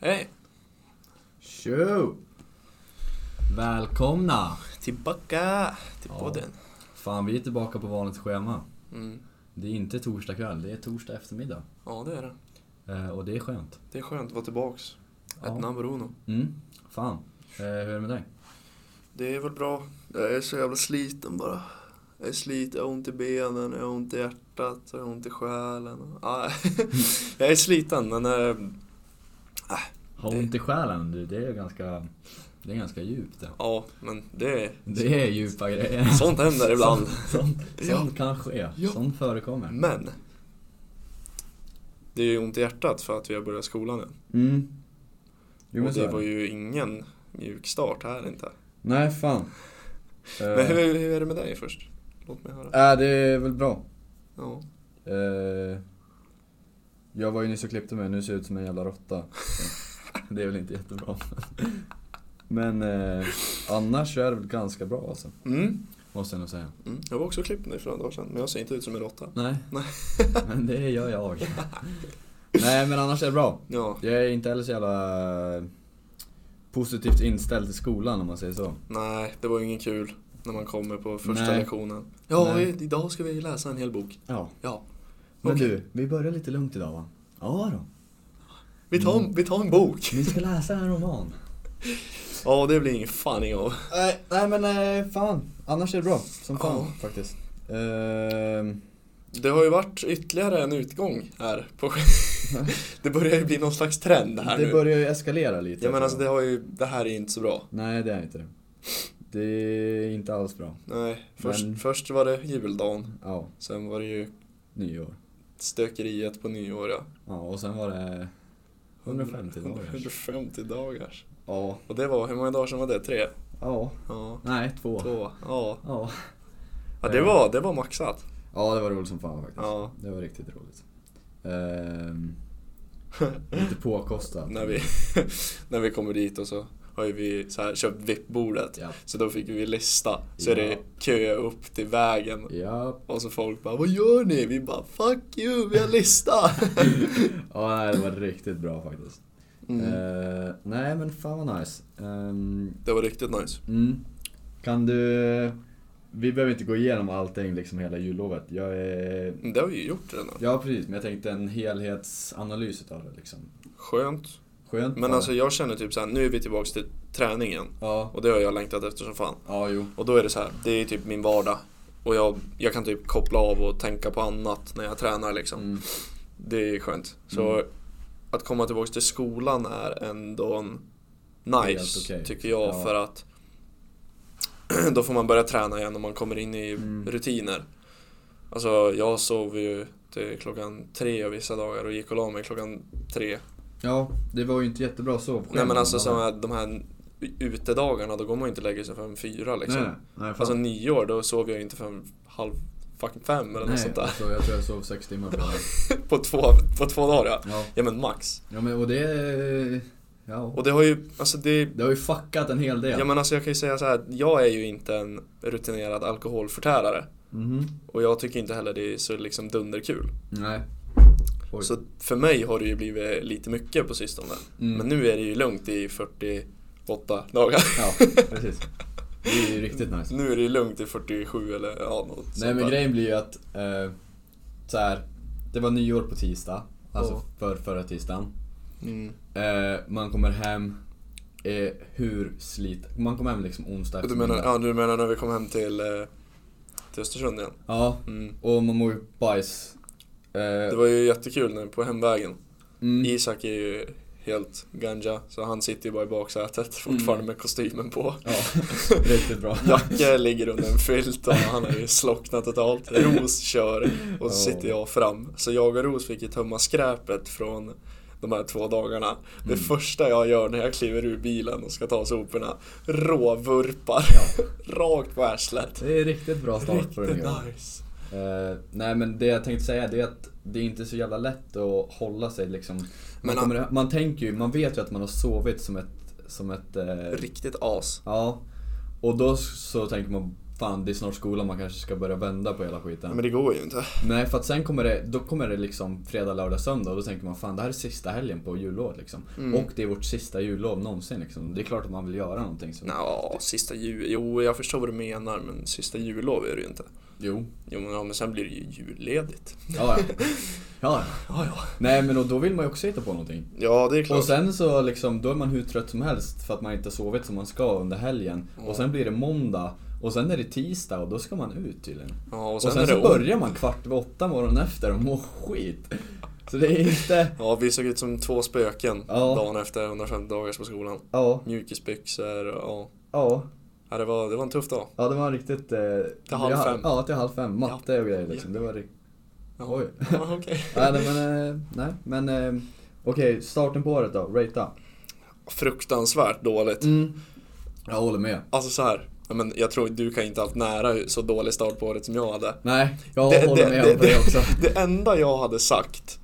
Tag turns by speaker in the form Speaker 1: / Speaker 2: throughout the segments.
Speaker 1: Hej!
Speaker 2: Tjo! Välkomna!
Speaker 1: Tillbaka till
Speaker 2: Ja.
Speaker 1: podden.
Speaker 2: Fan, vi är tillbaka på vanligt schema.
Speaker 1: Mm.
Speaker 2: Det är inte torsdag kväll, det är torsdag eftermiddag.
Speaker 1: Ja, det är det.
Speaker 2: Eh, och det är skönt.
Speaker 1: Det är skönt att vara tillbaks.
Speaker 2: Ja.
Speaker 1: Etnan Bruno.
Speaker 2: Mm, fan. Eh, hur är det med dig?
Speaker 1: Det är väl bra. Jag är så jävla sliten bara. Jag är sliten, jag har ont i benen, jag har ont i hjärtat, jag har ont i själen. Ah, jag är sliten men... eh,
Speaker 2: Har ont i själen du, det är ganska, det är ganska djupt det.
Speaker 1: Ja, men det är...
Speaker 2: Det är djupa grejer.
Speaker 1: Sånt händer ibland.
Speaker 2: Sånt, sånt,
Speaker 1: Ja.
Speaker 2: sånt kan ske,
Speaker 1: Ja.
Speaker 2: sånt förekommer. Mm.
Speaker 1: Men! Det är ju ont i hjärtat för att vi har börjat skolan nu.
Speaker 2: Mm. Jo men
Speaker 1: Och
Speaker 2: så
Speaker 1: det
Speaker 2: är
Speaker 1: var
Speaker 2: det.
Speaker 1: ju ingen mjuk start här inte.
Speaker 2: Nej, fan. Eh.
Speaker 1: Men hur, hur är det med dig först? Låt mig höra.
Speaker 2: Äh, det är väl bra.
Speaker 1: Ja.
Speaker 2: Eh, jag var ju nyss och klippte mig, nu ser jag ut som en jävla råtta. Så Det är väl inte jättebra. Men eh, annars så är det väl ganska bra alltså.
Speaker 1: Mm.
Speaker 2: Måste jag nog säga.
Speaker 1: Mm. Jag var också klippt nu för några dagar sedan, men jag ser inte ut som en råtta.
Speaker 2: Nej.
Speaker 1: Nej.
Speaker 2: Men det gör jag. Nej men annars är det bra.
Speaker 1: Ja,
Speaker 2: Jag är inte heller så jävla eh, positivt inställd till skolan om man säger så.
Speaker 1: nej, det var ju ingen kul när man kommer på första
Speaker 2: Nej.
Speaker 1: lektionen. Ja,
Speaker 2: Nej.
Speaker 1: i- idag ska vi läsa en hel bok.
Speaker 2: Ja.
Speaker 1: Ja.
Speaker 2: Men
Speaker 1: Okej.
Speaker 2: du, vi börjar lite lugnt idag va? Ja då.
Speaker 1: Vi tar, en- vi tar en bok.
Speaker 2: Vi ska läsa en roman.
Speaker 1: Ja, det blir ingen fanning av.
Speaker 2: Nej, nej men eh, fan. Annars är det bra. Som fan
Speaker 1: Ja.
Speaker 2: faktiskt. Ehm,
Speaker 1: Det har ju varit ytterligare en utgång här. På... det börjar ju bli någon slags trend här
Speaker 2: det
Speaker 1: nu.
Speaker 2: börjar ju eskalera lite.
Speaker 1: Ja, men alltså,
Speaker 2: tror
Speaker 1: det,
Speaker 2: jag.
Speaker 1: har ju, det här är ju inte så bra.
Speaker 2: Nej det är inte det. Det är inte alls bra.
Speaker 1: Nej, först,
Speaker 2: Men-
Speaker 1: först var det juldagen,
Speaker 2: Ja,
Speaker 1: sen var det ju
Speaker 2: nyår.
Speaker 1: stökeriet på nyår, ja.
Speaker 2: Ja, och sen var det 150 dagar.
Speaker 1: 150 dagars.
Speaker 2: Ja,
Speaker 1: Och det var, hur många dagar sedan var det? Tre?
Speaker 2: ja,
Speaker 1: Ja,
Speaker 2: nej två. Eh.
Speaker 1: två. Ja,
Speaker 2: Ja.
Speaker 1: ja det, var, det var maxat.
Speaker 2: ja, det var roligt som fan faktiskt.
Speaker 1: Ja.
Speaker 2: Det var riktigt roligt. Ehm, lite påkostat.
Speaker 1: när, vi, när vi kommer dit och så har ju vi så här köpt VIP-bordet.
Speaker 2: Ja.
Speaker 1: Så då fick vi lista. Så
Speaker 2: Ja.
Speaker 1: är det kö upp till vägen.
Speaker 2: Ja,
Speaker 1: Och så folk bara Vad gör ni? Vi bara Fuck you, vi har lista!
Speaker 2: ja nej, det var riktigt bra faktiskt.
Speaker 1: Mm.
Speaker 2: Ehm, nej men fan vad nice. Ehm,
Speaker 1: Det var riktigt nice.
Speaker 2: Mm. Kan du... Vi behöver inte gå igenom allting liksom hela jullovet. Jag är...
Speaker 1: Men Mm, Det har vi ju gjort redan.
Speaker 2: Ja precis, men jag tänkte en helhetsanalys utav det liksom.
Speaker 1: Skönt.
Speaker 2: Skönt
Speaker 1: Men
Speaker 2: bara.
Speaker 1: alltså jag känner typ så här, nu är vi tillbaks till träningen.
Speaker 2: Ja,
Speaker 1: Och det har jag längtat efter som fan.
Speaker 2: ja jo.
Speaker 1: Och då är det så här, det är typ min vardag. Och jag, jag kan typ koppla av och tänka på annat när jag tränar liksom.
Speaker 2: Mm.
Speaker 1: Det är skönt. Så
Speaker 2: Mm.
Speaker 1: att komma tillbaka till skolan är ändå en nice,
Speaker 2: Helt okej.
Speaker 1: tycker jag.
Speaker 2: Ja.
Speaker 1: För att då får man börja träna igen och man kommer in i
Speaker 2: Mm.
Speaker 1: rutiner. Alltså jag sov ju till klockan tre vissa dagar och gick och la mig klockan tre.
Speaker 2: Ja, det var ju inte jättebra sov.
Speaker 1: Nej men alltså så här, de här utedagarna, då går man ju inte och lägger sig förrän fyra liksom.
Speaker 2: Nej, nej, nej fan.
Speaker 1: Alltså nyår, då sov jag ju inte förrän halv fucking fem eller något
Speaker 2: nej,
Speaker 1: sånt där.
Speaker 2: Alltså, jag tror jag sov sex timmar per dag.
Speaker 1: På två, på två dagar ja.
Speaker 2: Ja.
Speaker 1: Ja men max.
Speaker 2: ja, men och det... Ja.
Speaker 1: Och det har ju, alltså det
Speaker 2: Det har ju fuckat en hel del.
Speaker 1: Ja men alltså jag kan ju säga så här, jag är ju inte en rutinerad alkoholförtärare
Speaker 2: Mhm.
Speaker 1: och jag tycker inte heller det är så liksom dunderkul.
Speaker 2: Nej. Oj.
Speaker 1: Så för mig har det ju blivit lite mycket på sistone.
Speaker 2: Mm.
Speaker 1: Men nu är det ju lugnt i 48 dagar.
Speaker 2: Ja, precis. Det är ju riktigt nice.
Speaker 1: Nu är det ju lugnt i 47 eller ja, något
Speaker 2: Nej
Speaker 1: sånt
Speaker 2: men
Speaker 1: där.
Speaker 2: grejen blir ju att, eh, så här, det var nyår på tisdag, alltså
Speaker 1: Ja.
Speaker 2: för förra tisdagen.
Speaker 1: Mm.
Speaker 2: Eh, man kommer hem, eh, hur slit... Man kommer hem liksom onsdag
Speaker 1: Du menar,
Speaker 2: eftermiddag.
Speaker 1: ja, du menar när vi kom hem till, eh, till Östersund igen?
Speaker 2: Ja,
Speaker 1: Mm.
Speaker 2: och man mår ju bajs. Eh,
Speaker 1: Det var ju jättekul nu på hemvägen.
Speaker 2: mm,
Speaker 1: Isak är ju helt ganja så han sitter ju bara i baksätet fortfarande
Speaker 2: Mm.
Speaker 1: med kostymen på.
Speaker 2: Ja, riktigt bra.
Speaker 1: Jacka ligger under en filt och han har ju slocknat totalt. Ros kör och så
Speaker 2: Ja.
Speaker 1: sitter jag fram. Så jag och Ros fick ju tömma skräpet från de här två dagarna. Det
Speaker 2: Mm.
Speaker 1: första jag gör när jag kliver ur bilen och ska ta soporna, råvurpar
Speaker 2: Ja.
Speaker 1: rakt på arslet.
Speaker 2: Det är riktigt bra start på det
Speaker 1: Riktigt
Speaker 2: nya.
Speaker 1: nice.
Speaker 2: Eh, nej men det jag tänkte säga det är att det är inte så jävla lätt att hålla sig liksom. Man,
Speaker 1: Men han-
Speaker 2: kommer, man tänker ju, man vet ju att man har sovit som ett, som ett eh,
Speaker 1: Riktigt as.
Speaker 2: Ja, och då så tänker man fan det är snart skolan man kanske ska börja vända på hela skiten.
Speaker 1: Men det går ju inte.
Speaker 2: Nej för att sen kommer det, då kommer det liksom fredag, lördag, söndag och då tänker man fan det här är sista helgen på jullovet liksom.
Speaker 1: Mm.
Speaker 2: Och det är vårt sista jullov någonsin liksom. Det är klart att man vill göra någonting så.
Speaker 1: Nå, sista jul... Jo, jag förstår vad du menar, men sista jullov är det ju inte.
Speaker 2: Jo.
Speaker 1: Jo, men, ja, men sen blir det ju julledigt.
Speaker 2: Ja, ja. ja.
Speaker 1: Ja, ja.
Speaker 2: Nej men och då vill man ju också hitta på någonting.
Speaker 1: Ja, det är klart.
Speaker 2: Och sen så liksom, då är man hur trött som helst för att man inte har sovit som man ska under helgen.
Speaker 1: Ja.
Speaker 2: Och sen blir det måndag. Och sen är det tisdag och då ska man ut tydligen.
Speaker 1: ja,
Speaker 2: Och sen,
Speaker 1: är
Speaker 2: så
Speaker 1: det
Speaker 2: börjar man kvart över åtta morgonen efter och mår skit. Så det är inte...
Speaker 1: Ja, vi såg ut som två spöken
Speaker 2: Ja.
Speaker 1: dagen efter 150 dagars på skolan.
Speaker 2: Ja,
Speaker 1: Mjukisbyxor och ja.
Speaker 2: ja.
Speaker 1: ja det, var, det var en tuff dag.
Speaker 2: Ja, det var riktigt... Eh, till
Speaker 1: halv fem.
Speaker 2: Ja, till halv fem. Matte och grejer liksom. Det var riktigt...
Speaker 1: Ja.
Speaker 2: Oj.
Speaker 1: Ja, okej.
Speaker 2: Nej, nej, men... Eh, nej, men eh, Okej, starten på året då. Ratea.
Speaker 1: Fruktansvärt dåligt.
Speaker 2: Mm. Jag håller med.
Speaker 1: Alltså så här. ja, Men jag tror du kan inte haft nära så dålig start på året som jag hade.
Speaker 2: Nej, jag
Speaker 1: Det-
Speaker 2: håller
Speaker 1: det-
Speaker 2: med
Speaker 1: det-
Speaker 2: om det också.
Speaker 1: Det enda jag hade sagt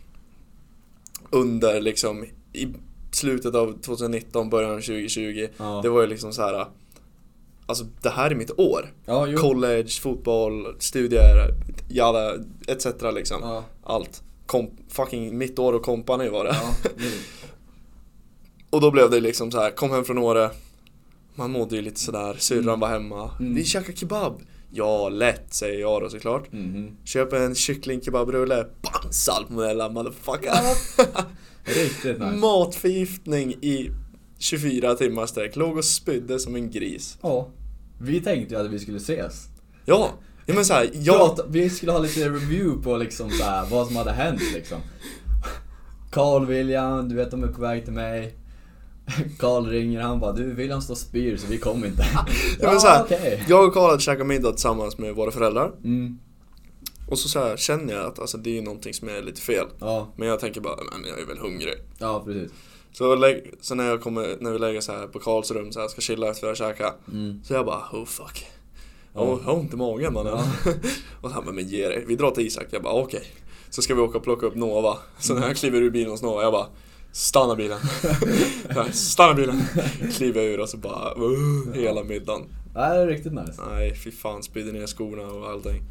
Speaker 1: under liksom i slutet av 2019, början av 2020.
Speaker 2: Ja,
Speaker 1: Det var ju liksom så här. Alltså det här är mitt år.
Speaker 2: ja jo.
Speaker 1: College, fotboll, studier, jada, etc liksom.
Speaker 2: Ja,
Speaker 1: Allt. Kom, fucking mitt år och kompani var det.
Speaker 2: ja, jo.
Speaker 1: Och då blev det liksom så här, kom hem från Åre Man mådde ju lite sådär, syrran var hemma
Speaker 2: Mm.
Speaker 1: Vi käkar kebab Ja, lätt säger jag då såklart
Speaker 2: Mhm.
Speaker 1: Köper en kycklingkebabrulle, bam! Salmonella motherfucker
Speaker 2: Riktigt nice.
Speaker 1: Matförgiftning i 24 timmar sträck, låg och spydde som en gris
Speaker 2: Ja. Vi tänkte ju att vi skulle ses.
Speaker 1: Ja, ja men såhär, jag...
Speaker 2: Prata, vi skulle ha lite review på liksom så här, vad som hade hänt liksom. Carl William, du vet de är på väg till mig. Carl ringer, han bara du William står och spyr så vi kommer inte.
Speaker 1: Ja, men så här,
Speaker 2: okej.
Speaker 1: Jag och Karl hade käkat middag tillsammans med våra föräldrar
Speaker 2: Mm,
Speaker 1: Och så, så här, känner jag att alltså, det är någonting som är lite fel
Speaker 2: ja,
Speaker 1: Men jag tänker bara, men jag är väl hungrig
Speaker 2: ja precis.
Speaker 1: Så, lä- så när, jag kommer, när vi lägger så här på Karls rum så här, ska chilla efter att käka
Speaker 2: Mm.
Speaker 1: Så jag bara, oh fuck Jag
Speaker 2: Ja.
Speaker 1: har- jag har ont i magen mannen Och han bara, men ge dig, vi drar till Isak Jag bara, okej Så ska vi åka och plocka upp Nova Så när jag kliver ur bilen hos Nova, jag bara Stanna bilen! Jag bara, Stanna bilen! Kliver jag ur och så bara "Uh", Hela middagen
Speaker 2: Ja, det är riktigt nice.
Speaker 1: Nej fy fan, spydde ner skorna och allting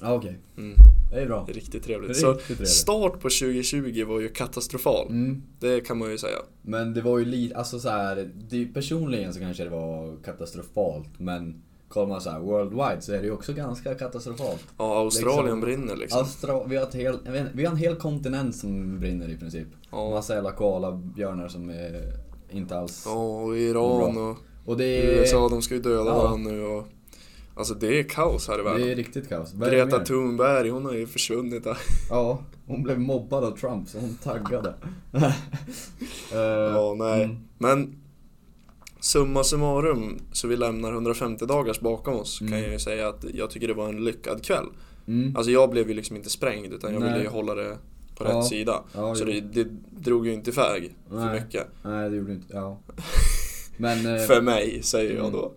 Speaker 2: Ja, okej.
Speaker 1: mm,
Speaker 2: Det är bra.
Speaker 1: Riktigt
Speaker 2: Det är
Speaker 1: trevligt Så
Speaker 2: Riktigt trevligt.
Speaker 1: start på 2020 var ju katastrofal
Speaker 2: Mm.
Speaker 1: Det kan man ju säga
Speaker 2: Men det var ju lite, alltså så här, det, personligen så kanske det var katastrofalt men kollar man så här worldwide så är det ju också ganska katastrofalt.
Speaker 1: Ja, Australien
Speaker 2: Liksom-
Speaker 1: brinner liksom
Speaker 2: Astra, vi, har ett hel, jag vet inte, vi har en hel kontinent som brinner i princip.
Speaker 1: ja.
Speaker 2: Massa jävla koalabjörnar som är inte alls...
Speaker 1: Ja, och Iran och
Speaker 2: Och det är,
Speaker 1: USA, de ska ju döda
Speaker 2: Ja.
Speaker 1: varandra nu och... Alltså det är kaos här i världen.
Speaker 2: det är riktigt kaos. Vad är det
Speaker 1: Greta
Speaker 2: mer?
Speaker 1: Thunberg, hon har ju försvunnit där.
Speaker 2: Ja, hon blev mobbad av Trump så hon taggade. Eh,
Speaker 1: Ja, nej.
Speaker 2: mm.
Speaker 1: Men summa summarum, så vi lämnar 150 dagars bakom oss kan jag ju säga att jag tycker det var en lyckad kväll.
Speaker 2: Mm.
Speaker 1: Alltså jag blev ju liksom inte sprängd utan jag
Speaker 2: Nej.
Speaker 1: ville ju hålla det på
Speaker 2: Ja.
Speaker 1: rätt sida.
Speaker 2: Ja,
Speaker 1: Så
Speaker 2: jo.
Speaker 1: det, det drog ju inte iväg för
Speaker 2: Nej.
Speaker 1: mycket.
Speaker 2: Nej, det gjorde inte... Ja. Men... eh,
Speaker 1: För mig, säger jag
Speaker 2: Mm.
Speaker 1: då.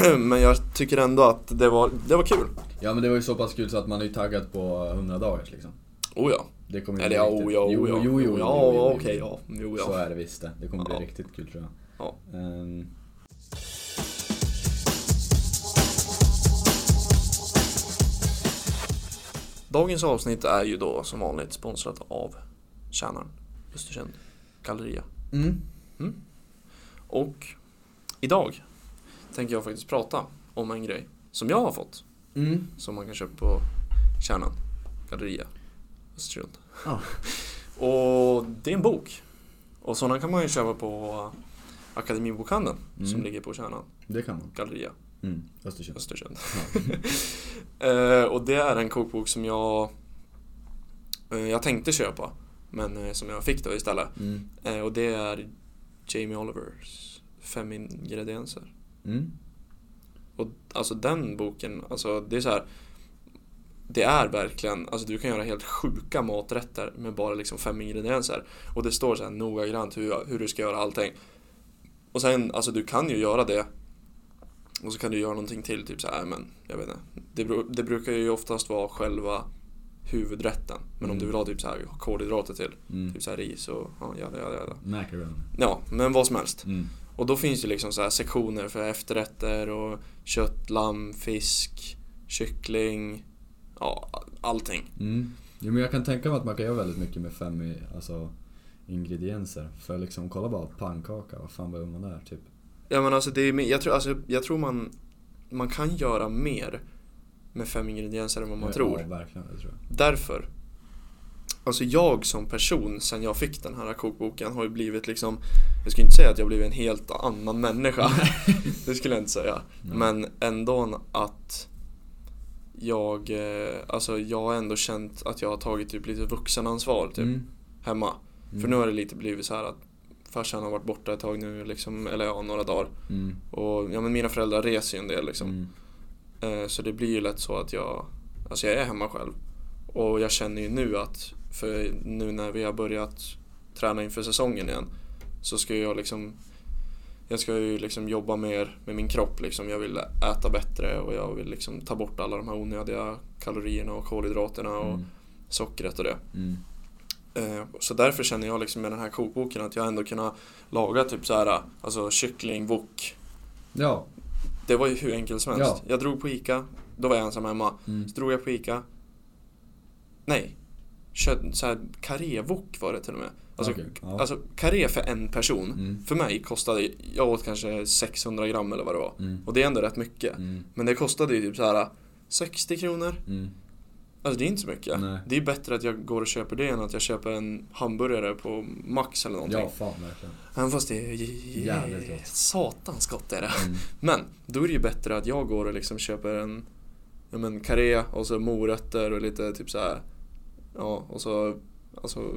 Speaker 1: Men jag tycker ändå att det var, det var kul.
Speaker 2: Ja men det var ju så pass kul så att man är ju taggad på 100 dagars liksom.
Speaker 1: Oh ja.
Speaker 2: Det kommer ju
Speaker 1: Eller
Speaker 2: bli
Speaker 1: ja,
Speaker 2: Mm, riktigt-
Speaker 1: oh, ja, oh,
Speaker 2: jo,
Speaker 1: ja.
Speaker 2: jo, jo, jo,
Speaker 1: ja,
Speaker 2: jo, jo,
Speaker 1: okej,
Speaker 2: jo.
Speaker 1: ja. Jo,
Speaker 2: Så
Speaker 1: ja.
Speaker 2: är det visst det. Det kommer bli
Speaker 1: Ja.
Speaker 2: riktigt kul tror jag.
Speaker 1: Ja.
Speaker 2: Ehm,
Speaker 1: Dagens avsnitt är ju då som vanligt sponsrat av Kärnan Östersund Galleria.
Speaker 2: mm.
Speaker 1: Och idag tänker jag faktiskt prata om en grej som jag har fått
Speaker 2: Mm.
Speaker 1: som man kan köpa på Kärnan Galleria Östersund.
Speaker 2: Ja.
Speaker 1: Och det är en bok. Och sådana kan man ju köpa på Akademibokhandeln som
Speaker 2: Mm.
Speaker 1: ligger på Kärnan
Speaker 2: Det kan man.
Speaker 1: Galleria.
Speaker 2: Mm. Östersund.
Speaker 1: Östersund. eh, och det är en kokbok som jag eh, jag tänkte köpa men eh, som jag fick då istället.
Speaker 2: Mm.
Speaker 1: Eh, och det är Jamie Olivers Fem ingredienser.
Speaker 2: Mm.
Speaker 1: Och alltså den boken, alltså det är så här det är verkligen, alltså du kan göra helt sjuka maträtter med bara liksom fem ingredienser. Och det står så här noggrant hur, hur du ska göra allting. Och sen, alltså du kan ju göra det. Och så kan du göra någonting till, typ så här, men jag vet inte. Det, bru- det brukar ju oftast vara själva huvudrätten. Men om
Speaker 2: Mm.
Speaker 1: du vill ha typ så här kolhydrater till,
Speaker 2: Mm.
Speaker 1: typ så här ris och ja, ja, ja, ja.
Speaker 2: Macaron.
Speaker 1: Ja, men vad som helst.
Speaker 2: Mm.
Speaker 1: Och då finns det liksom så här sektioner för efterrätter och kött, lamm, fisk, kyckling, ja allting.
Speaker 2: Mm. Jo, men jag kan tänka mig att man kan göra väldigt mycket med fem i, alltså, ingredienser. För liksom, kolla bara pannkaka, vad fan behöver man där typ?
Speaker 1: Ja men alltså, det är, jag, tror, alltså jag tror man, man kan göra mer med fem ingredienser än vad man
Speaker 2: ja,
Speaker 1: tror.
Speaker 2: Ja, verkligen, det tror jag.
Speaker 1: Därför. Alltså jag som person sen jag fick den här kokboken har ju blivit liksom Jag skulle inte säga att jag blivit en helt annan människa Det skulle jag inte säga
Speaker 2: Nej.
Speaker 1: Men ändå att Jag eh, Alltså jag har ändå känt att jag har tagit typ lite vuxenansvar typ
Speaker 2: Mm.
Speaker 1: hemma För
Speaker 2: Mm.
Speaker 1: nu har det lite blivit så här att Farsan har varit borta ett tag nu liksom, eller ja några dagar
Speaker 2: Mm.
Speaker 1: Och ja men mina föräldrar reser ju en del liksom
Speaker 2: Mm.
Speaker 1: Eh, Så det blir ju lätt så att jag, alltså jag är hemma själv. Och jag känner ju nu att, för nu när vi har börjat träna inför säsongen igen, så ska jag liksom jag ska ju liksom jobba mer med min kropp liksom. Jag vill äta bättre och jag vill liksom ta bort alla de här onödiga kalorierna och kolhydraterna och
Speaker 2: Mm.
Speaker 1: sockret och det.
Speaker 2: Mm.
Speaker 1: Eh, Så därför känner jag liksom med den här kokboken att jag ändå kunnat laga typ så här, alltså kyckling, wok.
Speaker 2: Ja.
Speaker 1: Det var ju hur enkelt som helst.
Speaker 2: Ja.
Speaker 1: Jag drog på Ica, då var jag ensam hemma.
Speaker 2: Mm.
Speaker 1: Så drog jag på Ica. Nej. Kö- så här karéwok var det till och med. Alltså,
Speaker 2: Okej, ja.
Speaker 1: alltså karé för en person.
Speaker 2: Mm.
Speaker 1: För mig kostade, jag åt kanske 600 gram eller vad det var.
Speaker 2: Mm.
Speaker 1: Och det är ändå rätt mycket.
Speaker 2: Mm.
Speaker 1: Men det kostade ju typ så här 60 kronor.
Speaker 2: Mm.
Speaker 1: Alltså det är inte så mycket.
Speaker 2: Nej.
Speaker 1: Det är bättre att jag går och köper det än att jag köper en hamburgare på Max eller någonting.
Speaker 2: Ja, fan verkligen.
Speaker 1: Även fast det är j-
Speaker 2: Jävligt gott.
Speaker 1: satans gott är det.
Speaker 2: Mm.
Speaker 1: Men då är det ju bättre att jag går och liksom köper en ja men, karé och så morötter och lite typ så här. Ja, och så alltså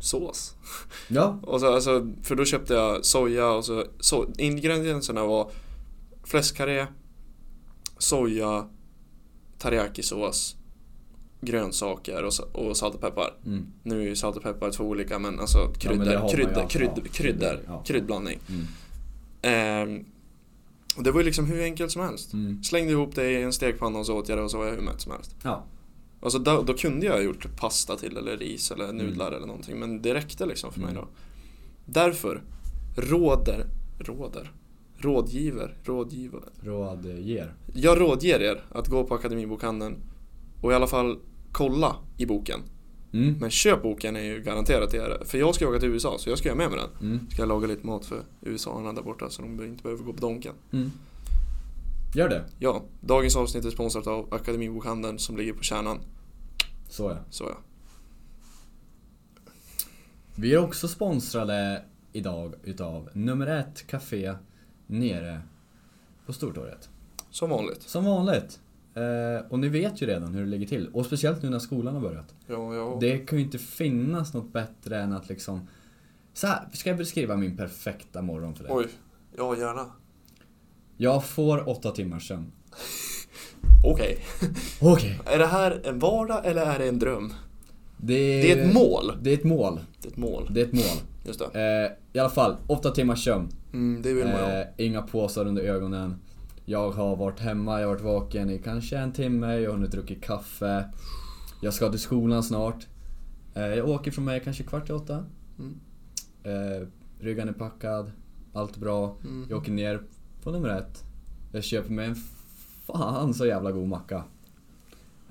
Speaker 1: sås.
Speaker 2: Ja.
Speaker 1: Och så, alltså, för då köpte jag soja och så, så ingredienserna var fläskkaré, soja, teriyakisås, grönsaker och, sa- och salt och peppar.
Speaker 2: Mm.
Speaker 1: Nu är ju salt och peppar två olika men alltså kryddor,
Speaker 2: det har man ju
Speaker 1: kryddor,
Speaker 2: alltid, ja.
Speaker 1: kryddor, kryddor,
Speaker 2: Ja.
Speaker 1: kryddblandning.
Speaker 2: Mm.
Speaker 1: Ehm, och det var ju liksom hur enkelt som helst.
Speaker 2: Mm.
Speaker 1: Slängde ihop det i en stekpanna och så åt jag det och så var jag hur mätt som helst.
Speaker 2: Ja.
Speaker 1: Alltså då, då kunde jag ha gjort pasta till eller ris eller nudlar eller någonting men det räckte liksom för mig
Speaker 2: Mm.
Speaker 1: då. Därför råder, råder, rådgiver, rådgivare.
Speaker 2: Rådger.
Speaker 1: Jag rådger er att gå på Akademibokhandeln och i alla fall kolla i boken.
Speaker 2: Mm.
Speaker 1: Men köp boken är ju garanterat det. är det. För jag ska åka till USA så jag ska ha med mig den.
Speaker 2: Mm.
Speaker 1: Ska jag laga lite mat för USA där borta så de inte behöver gå på Donken.
Speaker 2: Mm. Gör det.
Speaker 1: Ja, dagens avsnitt är sponsrat av Akademibokhandeln som ligger på kärnan.
Speaker 2: Så ja.
Speaker 1: Så ja.
Speaker 2: Vi är också sponsrade idag utav nummer ett café nere på Stortorget.
Speaker 1: Som vanligt.
Speaker 2: Som vanligt. Eh, och ni vet ju redan hur det ligger till. Och speciellt nu när skolan har börjat.
Speaker 1: Ja, ja.
Speaker 2: Det kan ju inte finnas något bättre än att liksom... Så här, ska jag beskriva min perfekta morgon för dig?
Speaker 1: Oj. Ja, gärna.
Speaker 2: Jag får åtta timmar sömn.
Speaker 1: Okej.
Speaker 2: Okej.
Speaker 1: Är det här en vardag eller är det en dröm?
Speaker 2: Det, är,
Speaker 1: Det är ett mål.
Speaker 2: Det är ett mål.
Speaker 1: Det är ett mål.
Speaker 2: Det är ett mål.
Speaker 1: Just det.
Speaker 2: Eh, I alla fall, åtta timmars sömn.
Speaker 1: Mm, det vill man ju ha.
Speaker 2: Eh, inga påsar under ögonen. Jag har varit hemma, jag har varit vaken i kanske en timme, jag har nu druckit kaffe. Jag ska till skolan snart. Eh, jag åker från mig kanske kvart i åtta.
Speaker 1: Mm.
Speaker 2: Eh, ryggen är packad, allt bra.
Speaker 1: Mm.
Speaker 2: Jag åker ner på nummer ett. Jag köper mig en fan så jävla god macka.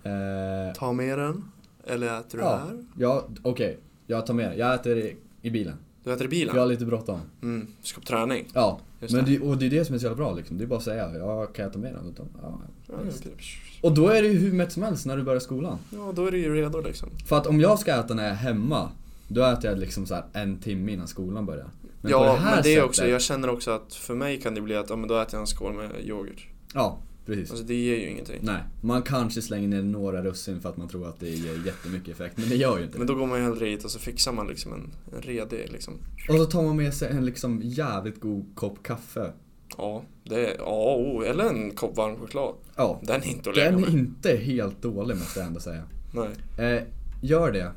Speaker 2: Eh,
Speaker 1: Ta med den. Eller äter du
Speaker 2: Ja.
Speaker 1: här?
Speaker 2: ja, okej. Jag tar med det. Jag äter i, i bilen.
Speaker 1: Du äter i
Speaker 2: För jag
Speaker 1: bilen?
Speaker 2: har lite bråttom.
Speaker 1: Mm. Du ska på träning?
Speaker 2: Ja,
Speaker 1: Just
Speaker 2: men
Speaker 1: det.
Speaker 2: det, och det är det som är så jävla bra liksom. Det är bara att säga, ja, kan jag ta med den? Utan, ja,
Speaker 1: Ja,
Speaker 2: visst.
Speaker 1: okej.
Speaker 2: Och då är det ju hur mätt som helst när du börjar skolan.
Speaker 1: ja, då är du ju redo liksom.
Speaker 2: För att om jag ska äta när jag är hemma, då äter jag liksom så här en timme innan skolan börjar. på
Speaker 1: ja, men det är också, jag känner också att för mig kan det bli att, ja men då äter jag en skål med yoghurt.
Speaker 2: Ja, precis.
Speaker 1: Alltså det ger ju ingenting.
Speaker 2: Nej, man kanske slänger ner några russin för att man tror att det ger jättemycket effekt, men det gör ju inte
Speaker 1: Men
Speaker 2: det.
Speaker 1: då går man ju hellre hit och så fixar man liksom en, en redig liksom.
Speaker 2: Och så tar man med sig en liksom jävligt god kopp kaffe.
Speaker 1: Ja, det är, ja, oh, eller en kopp varm choklad.
Speaker 2: Ja,
Speaker 1: Den är inte att leka
Speaker 2: den är
Speaker 1: med.
Speaker 2: inte helt dålig måste jag ändå säga.
Speaker 1: Nej,
Speaker 2: Eh, gör det,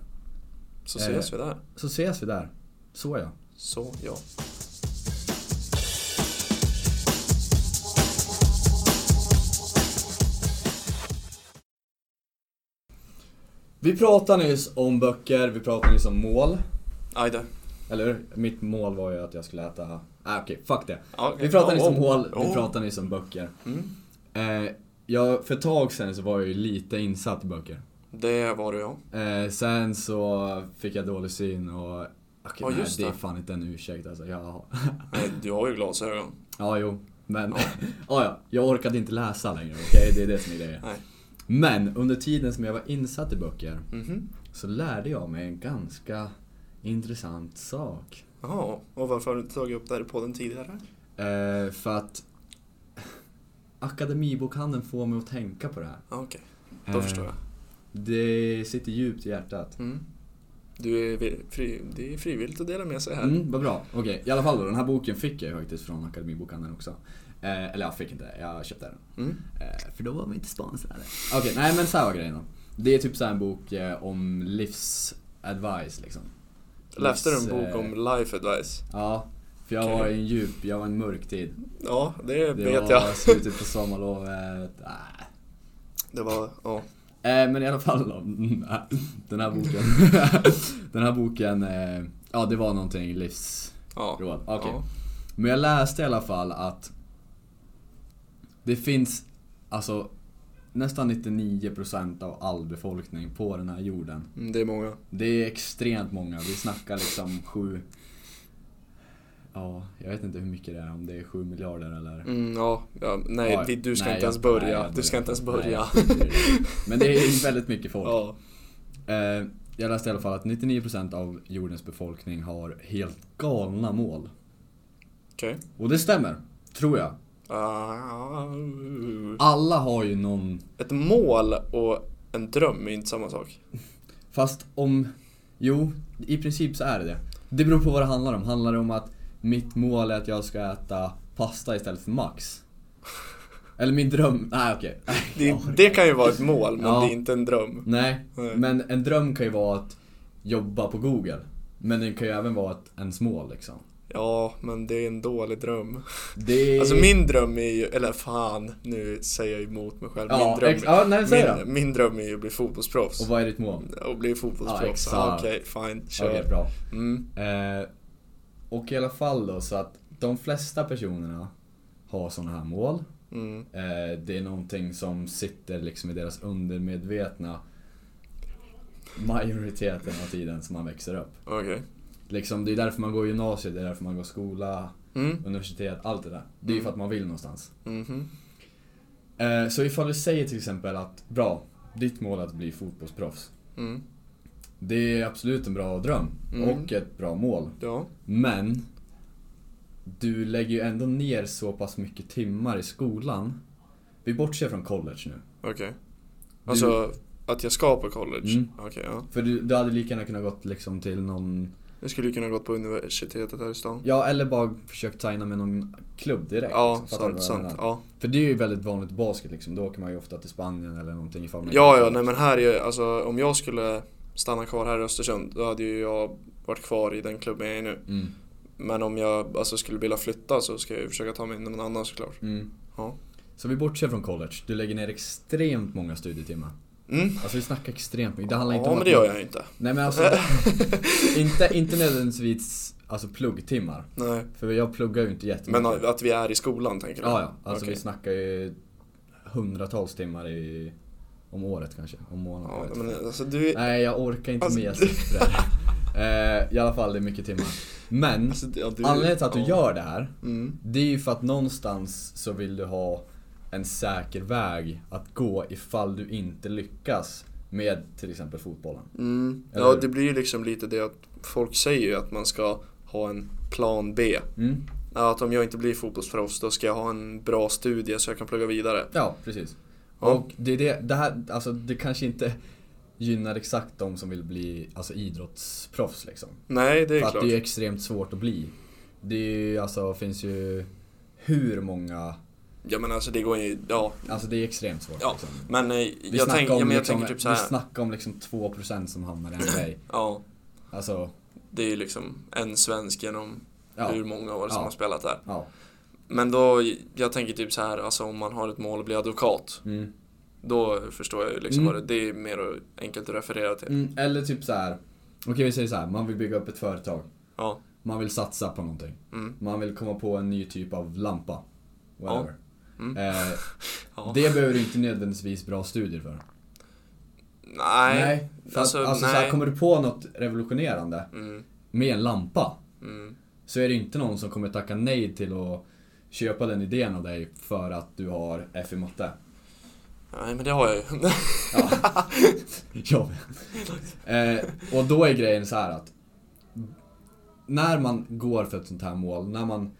Speaker 1: så
Speaker 2: Eh.
Speaker 1: ses vi där.
Speaker 2: så ses vi där. Så ja.
Speaker 1: Så, ja.
Speaker 2: Vi pratade nyss om böcker, vi pratade nyss om mål.
Speaker 1: Aj då.
Speaker 2: Eller hur? Mitt mål var ju att jag skulle äta, ah, okej, fuck det.
Speaker 1: Ja, okej.
Speaker 2: Vi pratar nyss om
Speaker 1: Oh, oh,
Speaker 2: hål, vi
Speaker 1: oh.
Speaker 2: pratar nyss om böcker.
Speaker 1: Mm.
Speaker 2: Eh, jag, för ett tag sen så var jag ju lite insatt i böcker.
Speaker 1: Det var du ja.
Speaker 2: Eh, sen så fick jag dålig syn och... Okej,
Speaker 1: Ja,
Speaker 2: nej,
Speaker 1: just
Speaker 2: det är
Speaker 1: det.
Speaker 2: fan inte en ursäkt alltså. Jag,
Speaker 1: Nej, du Eh, har ju glasögon.
Speaker 2: ja, jo. Men... ja, ja. Jag orkade inte läsa längre, okej? Det är det som är grejen.
Speaker 1: Nej.
Speaker 2: Men under tiden som jag var insatt i böcker
Speaker 1: Mhm.
Speaker 2: så lärde jag mig en ganska intressant sak.
Speaker 1: Jaha, och varför har du inte tagit upp det här i podden tidigare?
Speaker 2: Eh, för att Akademibokhandeln får mig att tänka på det här. Eh,
Speaker 1: Ja, Okej, då förstår jag.
Speaker 2: Det sitter djupt i hjärtat.
Speaker 1: Mm. Du är vi- fri, det är frivilligt att dela med sig här.
Speaker 2: Mm, vad bra. Okej, i alla fall då. Den här boken fick jag ju faktiskt från Akademibokhandeln också. Eh, eller jag fick inte, jag köpte den.
Speaker 1: Mm.
Speaker 2: Eh, för då var vi inte sponsrade. Okej, nej men så här var grejen då. Det är typ så här en bok eh, om livsadvice liksom.
Speaker 1: Läste du en
Speaker 2: Yes,
Speaker 1: bok
Speaker 2: eh,
Speaker 1: om life advice?
Speaker 2: Ja, för jag
Speaker 1: Okej.
Speaker 2: var i en djup, jag var i en mörk tid.
Speaker 1: Ja, det,
Speaker 2: Det
Speaker 1: vet
Speaker 2: var
Speaker 1: jag.
Speaker 2: slutet på sommarlovet. Ah.
Speaker 1: Det var, ja.
Speaker 2: Eh, men i alla fall då. Den här boken. den här boken. Eh, ja, det var någonting livsråd.
Speaker 1: ja.
Speaker 2: Okej.
Speaker 1: ja.
Speaker 2: Men jag läste i alla fall att det finns alltså nästan 99% av all befolkning på den här jorden.
Speaker 1: Mm, Det är många.
Speaker 2: Det är extremt många. Vi snackar liksom sju... Ja, jag vet inte hur mycket det är. Om det är sju miljarder eller...
Speaker 1: Mm, ja, ja. Nej,
Speaker 2: Ja,
Speaker 1: vi, du ska
Speaker 2: nej,
Speaker 1: inte ens
Speaker 2: jag-
Speaker 1: börja.
Speaker 2: nej, jag
Speaker 1: du ska
Speaker 2: börjar.
Speaker 1: inte ens
Speaker 2: Nej, jag
Speaker 1: börja.
Speaker 2: skiter i det. Men det är väldigt mycket folk.
Speaker 1: ja.
Speaker 2: Eh, jag läste i alla fall att 99% av jordens befolkning har helt galna mål.
Speaker 1: Okej.
Speaker 2: Och det stämmer, tror jag.
Speaker 1: Ah,
Speaker 2: Alla har ju någon,
Speaker 1: ett mål och en dröm är inte samma sak.
Speaker 2: fast om... Jo, i princip så är det det. Det beror på vad det handlar om. Handlar det om att mitt mål är att jag ska äta pasta istället för Max? Eller min dröm? Nej okej.
Speaker 1: Det, det kan ju vara ett mål, men
Speaker 2: Ja.
Speaker 1: det är inte en dröm.
Speaker 2: Nej,
Speaker 1: Nej.
Speaker 2: men en dröm kan ju vara att jobba på Google. Men det kan ju även vara ett, ens mål liksom.
Speaker 1: Ja, men det är en dålig dröm.
Speaker 2: Det...
Speaker 1: Alltså min dröm är ju, eller fan, nu säger jag emot mig själv.
Speaker 2: Ja,
Speaker 1: min, dröm,
Speaker 2: ex- ja, nej, säg då.
Speaker 1: min, min dröm är ju att bli fotbollsproffs.
Speaker 2: Och vad är ditt mål?
Speaker 1: Och bli fotbollsproffs. Ah,
Speaker 2: Ja, exakt.
Speaker 1: Okej, fine, kör.
Speaker 2: Okej, bra.
Speaker 1: Mm.
Speaker 2: Eh, och i alla fall då så att de flesta personerna har sådana här mål.
Speaker 1: Mm.
Speaker 2: Eh, det är någonting som sitter liksom i deras undermedvetna majoriteten av tiden som man växer upp.
Speaker 1: Okej.
Speaker 2: Liksom, det är därför man går gymnasiet, det är därför man går skola,
Speaker 1: Mm.
Speaker 2: universitet, allt det där. Det är ju för att man vill någonstans.
Speaker 1: Mhm.
Speaker 2: Eh, så ifall du säger till exempel att, bra, ditt mål är att bli fotbollsproffs.
Speaker 1: Mm.
Speaker 2: Det är absolut en bra dröm
Speaker 1: Mm.
Speaker 2: och ett bra mål.
Speaker 1: Ja.
Speaker 2: Men du lägger ju ändå ner så pass mycket timmar i skolan. Vi bortser från college nu.
Speaker 1: Okej. Alltså att jag ska på college?
Speaker 2: Mm.
Speaker 1: Okej, ja.
Speaker 2: För du, du hade lika gärna kunnat gått liksom till någon,
Speaker 1: Jag skulle ju kunna gått på universitetet här i stan.
Speaker 2: ja eller bara försökt signa med någon klubb direkt.
Speaker 1: Ja,
Speaker 2: liksom. Fattar du
Speaker 1: sant.
Speaker 2: vad jag
Speaker 1: sant.
Speaker 2: menar?
Speaker 1: Ja.
Speaker 2: För det är ju väldigt vanligt i basket liksom, då åker man ju ofta till Spanien eller någonting ifall man
Speaker 1: ja, ja, nej men här är ju, alltså om jag skulle stanna kvar här i Östersund då hade ju jag varit kvar i den klubben jag är i nu.
Speaker 2: Mm,
Speaker 1: Men om jag alltså, skulle vilja flytta så ska jag ju försöka ta mig in i någon annan såklart.
Speaker 2: mm.
Speaker 1: Ja.
Speaker 2: Så vi bortser från college, du lägger ner extremt många studietimmar.
Speaker 1: Mm.
Speaker 2: Alltså vi snackar extremt mycket, det handlar inte
Speaker 1: Ja,
Speaker 2: om
Speaker 1: men
Speaker 2: att
Speaker 1: det
Speaker 2: man-
Speaker 1: gör jag inte.
Speaker 2: Nej men alltså, inte, inte nödvändigtvis alltså pluggtimmar.
Speaker 1: Nej.
Speaker 2: För jag pluggar ju inte jättemycket.
Speaker 1: Men att vi är i skolan tänker du?
Speaker 2: Ja, ja. Alltså
Speaker 1: Okej.
Speaker 2: vi snackar ju hundratals timmar i, om året kanske. Om månaden. jag
Speaker 1: Ja,
Speaker 2: vet
Speaker 1: men
Speaker 2: inte.
Speaker 1: alltså du är...
Speaker 2: Nej, jag orkar inte
Speaker 1: Alltså,
Speaker 2: med
Speaker 1: du-
Speaker 2: siffror. eh, I alla fall, det är mycket timmar. Men
Speaker 1: Alltså, ja, du...
Speaker 2: anledningen till att du
Speaker 1: ja.
Speaker 2: gör det här,
Speaker 1: Mm.
Speaker 2: det är ju för att någonstans så vill du ha en säker väg att gå ifall du inte lyckas med till exempel fotbollen.
Speaker 1: Mm.
Speaker 2: Eller
Speaker 1: Ja,
Speaker 2: hur?
Speaker 1: det blir ju liksom lite det att folk säger ju att man ska ha en plan B.
Speaker 2: Mm.
Speaker 1: Ja, Att om jag inte blir fotbollsproffs då ska jag ha en bra studie så jag kan plugga vidare.
Speaker 2: Ja, precis.
Speaker 1: Ja.
Speaker 2: Och det är det, det här, alltså det kanske inte gynnar exakt de som vill bli alltså, idrottsproffs liksom.
Speaker 1: Nej, det är
Speaker 2: För att
Speaker 1: klart.
Speaker 2: det är ju extremt svårt att bli. Det är ju, alltså, finns ju hur många,
Speaker 1: Ja men alltså det går ju, ja.
Speaker 2: alltså det är extremt svårt.
Speaker 1: Ja,
Speaker 2: liksom.
Speaker 1: Men eh, jag, tänk, ja, men jag tänker typ så
Speaker 2: vi
Speaker 1: här.
Speaker 2: snackar om liksom 2% som hamnar i NBA.
Speaker 1: Ja,
Speaker 2: Alltså,
Speaker 1: det är ju liksom en svensk genom
Speaker 2: ja.
Speaker 1: hur många år som
Speaker 2: Ja.
Speaker 1: har spelat där.
Speaker 2: ja.
Speaker 1: Men då, jag tänker typ så här, alltså om man har ett mål att bli advokat.
Speaker 2: Mm.
Speaker 1: Då förstår jag ju liksom
Speaker 2: Mm.
Speaker 1: vad det, det är mer enkelt att referera till.
Speaker 2: Mm, eller typ så här. okej vi säger så här. man vill bygga upp ett företag.
Speaker 1: Ja.
Speaker 2: man vill satsa på någonting.
Speaker 1: Mm.
Speaker 2: Man vill komma på en ny typ av lampa. Whatever.
Speaker 1: Mm.
Speaker 2: Eh,
Speaker 1: Ja.
Speaker 2: det behöver du inte nödvändigtvis bra studier för.
Speaker 1: Nej.
Speaker 2: för
Speaker 1: alltså,
Speaker 2: att, alltså, Så
Speaker 1: nej.
Speaker 2: här, kommer du på något revolutionerande
Speaker 1: Mm,
Speaker 2: med en lampa
Speaker 1: mm.
Speaker 2: så är det inte någon som kommer tacka nej till att köpa den idén av dig för att du har F i matte.
Speaker 1: Nej, men det har jag ju.
Speaker 2: Ja. eh, och då är grejen så här att när man går för ett sånt här mål, när man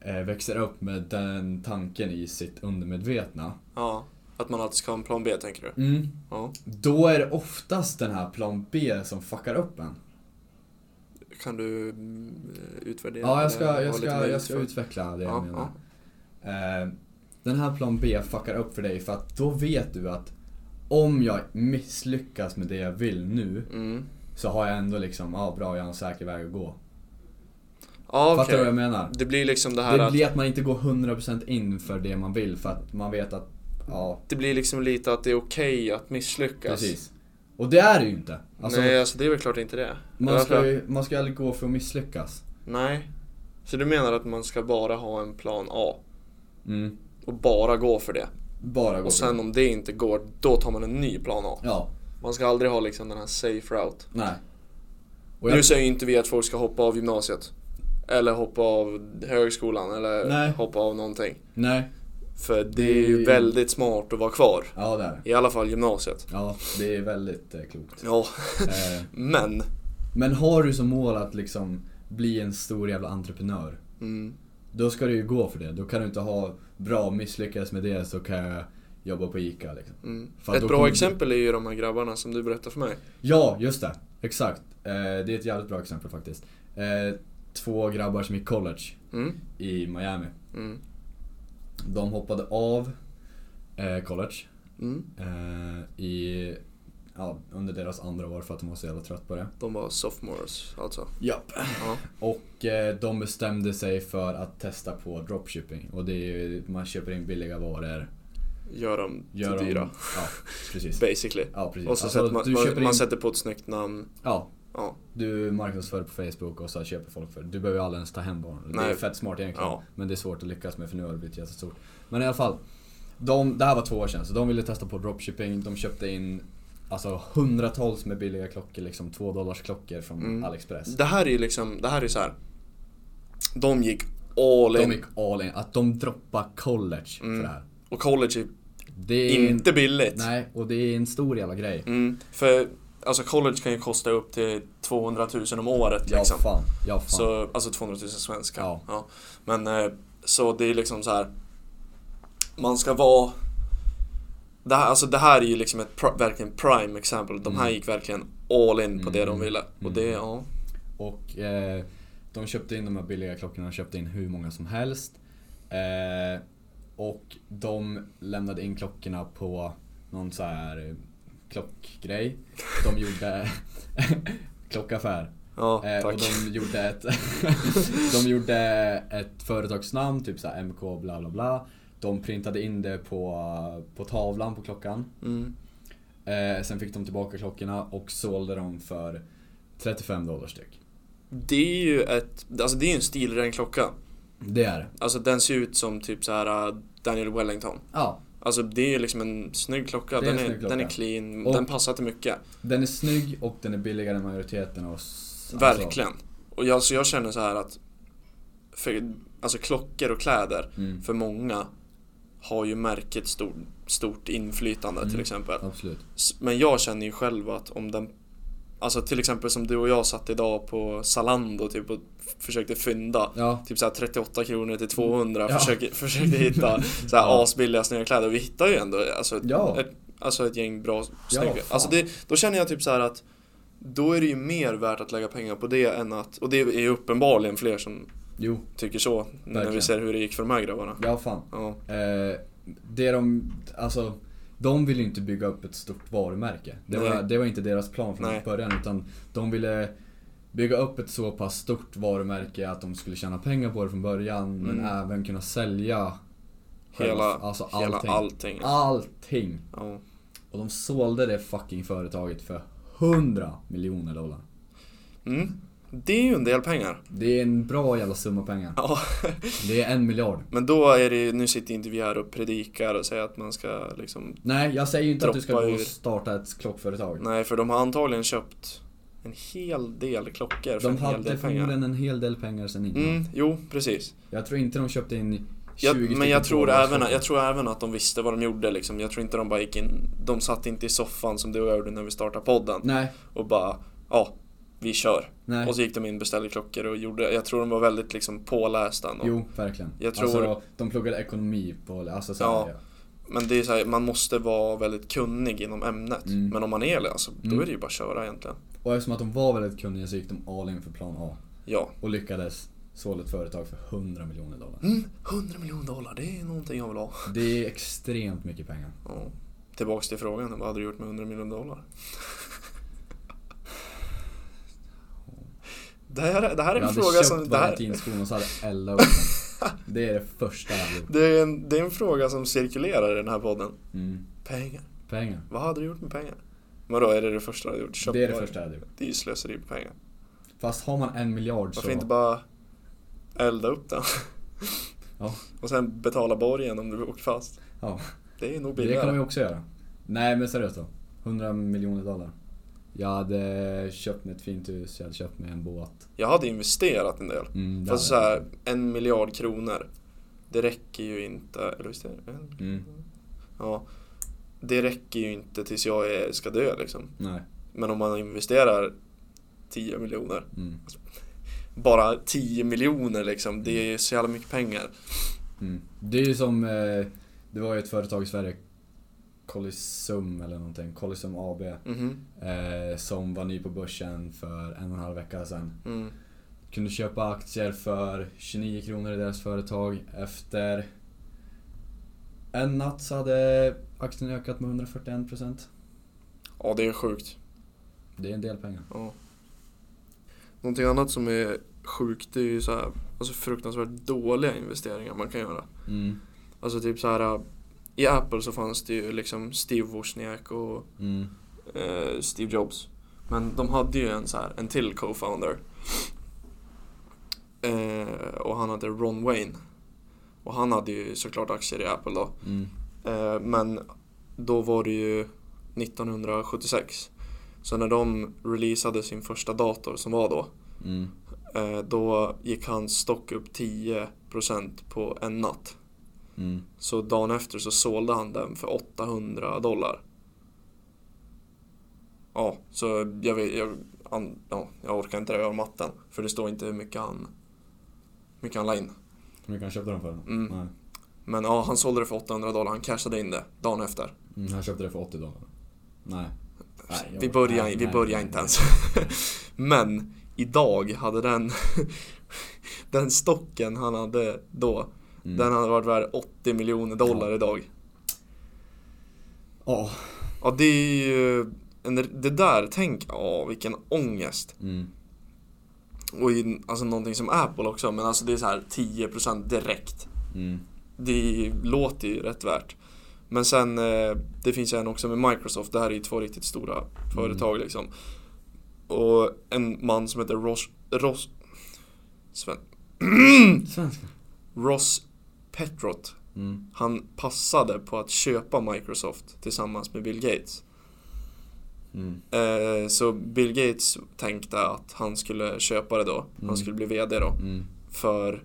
Speaker 2: eh, växer upp med den tanken i sitt undermedvetna,
Speaker 1: ja. Att man alltid ska ha en plan B, tänker du?
Speaker 2: mm,
Speaker 1: Ja.
Speaker 2: då är det oftast den här plan B som fuckar upp en.
Speaker 1: Kan du mm, utvärdera?
Speaker 2: Ja, jag
Speaker 1: det och
Speaker 2: ska, jag
Speaker 1: lite mer
Speaker 2: ska, jag ska
Speaker 1: utför-
Speaker 2: utveckla det jag
Speaker 1: Ja,
Speaker 2: menar. Eh, den här plan B fuckar upp för dig för att då vet du att om jag misslyckas med det jag vill nu
Speaker 1: ja. Mm.
Speaker 2: så har jag ändå liksom, ja ah, bra jag har en säker väg att gå.
Speaker 1: Ja,
Speaker 2: Fattar du
Speaker 1: okej.
Speaker 2: vad jag menar?
Speaker 1: Det blir liksom det här
Speaker 2: Det
Speaker 1: att
Speaker 2: blir att man inte går 100% in för det man vill för att man vet att, ja
Speaker 1: det blir liksom lite att det är okej att misslyckas.
Speaker 2: precis. Och det är det ju inte. Alltså,
Speaker 1: Nej, alltså det är väl klart inte det.
Speaker 2: man,
Speaker 1: Därför-
Speaker 2: ska ju, man ska ju aldrig gå för att misslyckas.
Speaker 1: Nej. Så du menar att man ska bara ha en plan A
Speaker 2: Mm.
Speaker 1: och bara gå för det?
Speaker 2: Bara gå
Speaker 1: Och
Speaker 2: för
Speaker 1: sen
Speaker 2: det.
Speaker 1: om det inte går, då tar man en ny plan A.
Speaker 2: Ja,
Speaker 1: Man ska aldrig ha liksom den här safe route.
Speaker 2: nej. Och jag-
Speaker 1: Nu säger ju inte vi att folk ska hoppa av gymnasiet. Eller hoppa av högskolan eller
Speaker 2: Nej.
Speaker 1: hoppa av någonting.
Speaker 2: Nej.
Speaker 1: För det är ju
Speaker 2: Det-
Speaker 1: väldigt smart att vara kvar.
Speaker 2: Ja, det är det.
Speaker 1: I alla fall gymnasiet.
Speaker 2: Ja, det är väldigt eh, klokt.
Speaker 1: Ja,
Speaker 2: Eh,
Speaker 1: men.
Speaker 2: Men har du som mål att liksom bli en stor jävla entreprenör,
Speaker 1: Mm,
Speaker 2: då ska du ju gå för det. Då kan du inte ha bra, misslyckas med det så kan jag jobba på ICA liksom.
Speaker 1: mm.
Speaker 2: Fan,
Speaker 1: Ett
Speaker 2: då
Speaker 1: bra
Speaker 2: kommer-
Speaker 1: exempel är ju de här grabbarna som du berättade för mig.
Speaker 2: Ja, just det. Exakt. Eh, det är ett jävligt bra exempel faktiskt. Eh, två grabbar som gick college
Speaker 1: Mm,
Speaker 2: i Miami.
Speaker 1: mm,
Speaker 2: De hoppade av eh, college
Speaker 1: mm.
Speaker 2: eh, i, ja, under deras andra år för att de var så jävla trött på det.
Speaker 1: De var sophomores alltså.
Speaker 2: Japp.
Speaker 1: Ja.
Speaker 2: Och eh, de bestämde sig för att testa på dropshipping. Och det är ju, man köper in billiga varor.
Speaker 1: Gör dem till
Speaker 2: gör dem-
Speaker 1: dyra.
Speaker 2: Ja, precis.
Speaker 1: Basically.
Speaker 2: Ja, precis.
Speaker 1: Och så
Speaker 2: Alltså,
Speaker 1: sätter man,
Speaker 2: du köper
Speaker 1: man, man
Speaker 2: in,
Speaker 1: sätter på ett snyggt namn.
Speaker 2: Ja,
Speaker 1: Ja,
Speaker 2: du marknadsför på Facebook och så köper folk för det. Du behöver ju aldrig ens ta hem varorna. Det är
Speaker 1: Nej.
Speaker 2: fett smart egentligen.
Speaker 1: Ja.
Speaker 2: Men det är svårt att lyckas med för nu har det blivit jättestort. Men i alla fall. De, det här var två år sedan, så de ville testa på dropshipping. De köpte in alltså, hundratals med billiga klockor, liksom två dollars klockor från
Speaker 1: Mm.
Speaker 2: AliExpress.
Speaker 1: det här är ju liksom, det här är så här. De gick all in.
Speaker 2: De gick all in. Att de droppar college för det här.
Speaker 1: Och college är
Speaker 2: Det är en-
Speaker 1: Mm. inte billigt.
Speaker 2: Nej, och det är en stor jävla grej.
Speaker 1: Mm, för alltså college kan ju kosta upp till 200 000 om året
Speaker 2: Ja
Speaker 1: liksom.
Speaker 2: fan, ja fan.
Speaker 1: Så, alltså 200 000 svenska.
Speaker 2: Ja.
Speaker 1: Men eh, så det är liksom så här. Man ska vara... Det här, alltså det här är ju liksom ett pr- verkligen prime exempel. De här
Speaker 2: Mm.
Speaker 1: gick verkligen all in på det de ville. Och det, ja.
Speaker 2: Och eh, de köpte in de här billiga klockorna, de köpte in hur många som helst. Eh, och de lämnade in klockorna på någon så här eh, klockgrej. De gjorde klockaffär.
Speaker 1: Ja,
Speaker 2: Eh, och
Speaker 1: tack.
Speaker 2: de gjorde ett De gjorde ett företagsnamn, typ så här MK bla bla bla. De printade in det på, på tavlan på klockan.
Speaker 1: Mm.
Speaker 2: Eh, sen fick de tillbaka klockorna och sålde dem för 35 dollar styck.
Speaker 1: Det är ju ett, alltså det är ju en stilren klocka.
Speaker 2: Det är det.
Speaker 1: Alltså den ser ut som typ så här äh, Daniel Wellington.
Speaker 2: Ja,
Speaker 1: Alltså det är ju liksom en snygg klocka.
Speaker 2: Det är en
Speaker 1: Den är,
Speaker 2: snygg klocka.
Speaker 1: den är clean,
Speaker 2: Och-
Speaker 1: den passar till mycket.
Speaker 2: den är snygg och den är billigare än majoriteten av oss. Alltså,
Speaker 1: Verkligen. Och jag, så jag känner så här att för, alltså klockor och kläder
Speaker 2: Mm.
Speaker 1: för många har ju märket stor, stort inflytande till
Speaker 2: Mm.
Speaker 1: exempel.
Speaker 2: Alltså, absolut.
Speaker 1: S- Men jag känner ju själv att om den Alltså till exempel som du och jag satt idag på Zalando typ och f- försökte fynda
Speaker 2: Ja,
Speaker 1: Typ såhär 38 kronor till 200
Speaker 2: Mm. Ja.
Speaker 1: försökte, försökte hitta såhär
Speaker 2: Ja.
Speaker 1: asbilliga snygga kläder och vi hittade ju ändå alltså, ett-
Speaker 2: Ja.
Speaker 1: ett, alltså ett gäng bra snygga
Speaker 2: fan.
Speaker 1: alltså det, Då känner jag typ så här att Då är det ju mer värt att lägga pengar på det än att Och det är ju uppenbarligen fler som
Speaker 2: jo,
Speaker 1: tycker så När vi
Speaker 2: Verkligen.
Speaker 1: ser hur det gick för de här grabbarna
Speaker 2: ja fan.
Speaker 1: Ja,
Speaker 2: Eh, det de, alltså, de ville ju inte bygga upp ett stort varumärke. Det var,
Speaker 1: Nej.
Speaker 2: det var inte deras plan från
Speaker 1: Nej.
Speaker 2: början utan de ville bygga upp ett så pass stort varumärke att de skulle tjäna pengar på det från början men
Speaker 1: Mm.
Speaker 2: även kunna sälja
Speaker 1: hela,
Speaker 2: själva- alltså
Speaker 1: hela
Speaker 2: allting.
Speaker 1: allting
Speaker 2: allting.
Speaker 1: ja.
Speaker 2: Och de sålde det fucking företaget för 100 miljoner dollar.
Speaker 1: Mm. Det är ju en del pengar.
Speaker 2: Det är en bra jävla summa pengar.
Speaker 1: Ja.
Speaker 2: Det är en miljard.
Speaker 1: Men då är det ju, nu sitter inte vi här och predikar och säger att man ska liksom
Speaker 2: Nej, jag säger ju inte att du ska
Speaker 1: Droppa
Speaker 2: gå
Speaker 1: ur.
Speaker 2: och starta ett klockföretag.
Speaker 1: Nej, för de har antagligen köpt en hel del klockor för
Speaker 2: De
Speaker 1: en hel
Speaker 2: hade
Speaker 1: del pengar.
Speaker 2: förmodligen en hel del pengar sen innan.
Speaker 1: Mm, jo, precis.
Speaker 2: Jag tror inte de köpte in 20
Speaker 1: Jag, men jag
Speaker 2: stycken
Speaker 1: tror,
Speaker 2: dollar.
Speaker 1: även, jag tror även att de visste vad de gjorde liksom. Jag tror inte de bara gick in, de satt inte i soffan som du och jag gjorde när vi startade podden
Speaker 2: Nej,
Speaker 1: och bara, ja, vi kör.
Speaker 2: nej.
Speaker 1: Och så gick de in, beställde klockor och gjorde, jag tror de var väldigt liksom pålästa ändå.
Speaker 2: Jo, verkligen.
Speaker 1: Jag tror-
Speaker 2: Alltså, de pluggade ekonomi på... Alltså, så här,
Speaker 1: Ja.
Speaker 2: ja.
Speaker 1: Men det är så här, man måste vara väldigt kunnig inom ämnet.
Speaker 2: Mm.
Speaker 1: Men om man är det, alltså, då
Speaker 2: Mm.
Speaker 1: är det ju bara att köra egentligen.
Speaker 2: Och eftersom att de var väldigt kunniga så gick de all in för plan A.
Speaker 1: Ja.
Speaker 2: Och lyckades såla ett företag för 100 miljoner dollar.
Speaker 1: Mm, 100 miljoner dollar, det är någonting jag vill ha.
Speaker 2: Det är extremt mycket pengar.
Speaker 1: Ja. Tillbaks till frågan, vad hade du gjort med 100 miljoner dollar? Det här, det här är en
Speaker 2: Jag hade
Speaker 1: fråga
Speaker 2: köpt
Speaker 1: som... Det, här,
Speaker 2: Valentinsskon och så hade jag eldat upp den. Det är det första jag hade gjort.
Speaker 1: det, är en, det är en fråga som cirkulerar i den här podden.
Speaker 2: Mm.
Speaker 1: Pengar.
Speaker 2: Pengar.
Speaker 1: Vad hade du gjort med pengar? Vadå, är det det första du hade gjort? Köpt
Speaker 2: Det är det
Speaker 1: bara-
Speaker 2: första jag hade gjort.
Speaker 1: Det är ju slöseri på pengar.
Speaker 2: Fast har man en miljard
Speaker 1: Varför
Speaker 2: så...
Speaker 1: inte bara elda upp den?
Speaker 2: Ja.
Speaker 1: Och sen betala borgen om du åker fast.
Speaker 2: Ja.
Speaker 1: Det är nog
Speaker 2: Det
Speaker 1: billigare.
Speaker 2: kan man ju också göra. Nej men seriöst då. 100 miljoner dollar. Jag hade köpt mig ett fint hus, jag hade köpt mig en båt.
Speaker 1: Jag hade investerat en del.
Speaker 2: Mm, det
Speaker 1: Fast så
Speaker 2: hade jag.
Speaker 1: här, en miljard kronor. Det räcker ju inte. Eller visst är det? En?
Speaker 2: Mm.
Speaker 1: Ja. Det räcker ju inte tills jag är, ska dö liksom.
Speaker 2: Nej.
Speaker 1: Men om man investerar 10 miljoner.
Speaker 2: Mm.
Speaker 1: Bara 10 miljoner liksom. Det är så jävla mycket pengar.
Speaker 2: Mm. Det är ju som, eh, det var ju ett företag i Sverige, Colisum eller någonting, Colisum AB,
Speaker 1: Mhm.
Speaker 2: eh, som var ny på börsen för en och en halv vecka sedan.
Speaker 1: Mm.
Speaker 2: Kunde köpa aktier för 29 kronor i deras företag. Efter en natt så hade aktien ökat med 141%.
Speaker 1: Ja, det är sjukt.
Speaker 2: Det är en del pengar.
Speaker 1: Ja. Någonting annat som är sjukt det är ju så här, alltså fruktansvärt dåliga investeringar man kan göra.
Speaker 2: Mm.
Speaker 1: Alltså typ så här i Apple så fanns det ju liksom Steve Wozniak och
Speaker 2: Mm.
Speaker 1: eh, Steve Jobs. Men de hade ju en så här, en till co-founder. Eh, och han hade Ron Wayne. Och han hade ju såklart aktier i Apple då.
Speaker 2: Mm.
Speaker 1: Eh, men då var det ju 1976. Så när de releasade sin första dator som var då.
Speaker 2: Mm.
Speaker 1: Eh, då gick hans stock upp 10% på en natt.
Speaker 2: Mm.
Speaker 1: Så dagen efter så sålde han den för 800 dollar. Ja, så jag, vet, jag, an, ja, jag orkar inte göra matten. För det står inte hur mycket han, hur mycket han la in.
Speaker 2: Hur mycket han köpte den för? då?
Speaker 1: Mm.
Speaker 2: Nej.
Speaker 1: Men ja, han sålde det för 800 dollar. Han cashade in det dagen efter.
Speaker 2: Mm, han köpte det för 80 dollar. Nej. Nej, jag-
Speaker 1: vi börjar,
Speaker 2: nej,
Speaker 1: vi
Speaker 2: nej,
Speaker 1: börjar
Speaker 2: nej,
Speaker 1: inte
Speaker 2: nej.
Speaker 1: ens. Men idag hade den, den stocken han hade då,
Speaker 2: Mm.
Speaker 1: den hade varit värd 80 miljoner dollar
Speaker 2: Ja.
Speaker 1: idag.
Speaker 2: Ja.
Speaker 1: Ja, det är ju... En, det där, tänk, ja vilken ångest.
Speaker 2: Mm.
Speaker 1: Och i, alltså någonting som Apple också, men alltså det är så här 10% direkt.
Speaker 2: Mm.
Speaker 1: Det låter ju rätt värt. Men sen, eh, det finns ju en också med Microsoft, det här är ju två riktigt stora
Speaker 2: Mm.
Speaker 1: företag liksom. Och en man som heter Ross... Ross... Sven, Mm.
Speaker 2: Svenska.
Speaker 1: Ross Petrot.
Speaker 2: Mm.
Speaker 1: Han passade på att köpa Microsoft tillsammans med Bill Gates.
Speaker 2: Mm.
Speaker 1: Eh, så Bill Gates tänkte att han skulle köpa det då. Han
Speaker 2: Mm.
Speaker 1: skulle bli VD då.
Speaker 2: Mm.
Speaker 1: För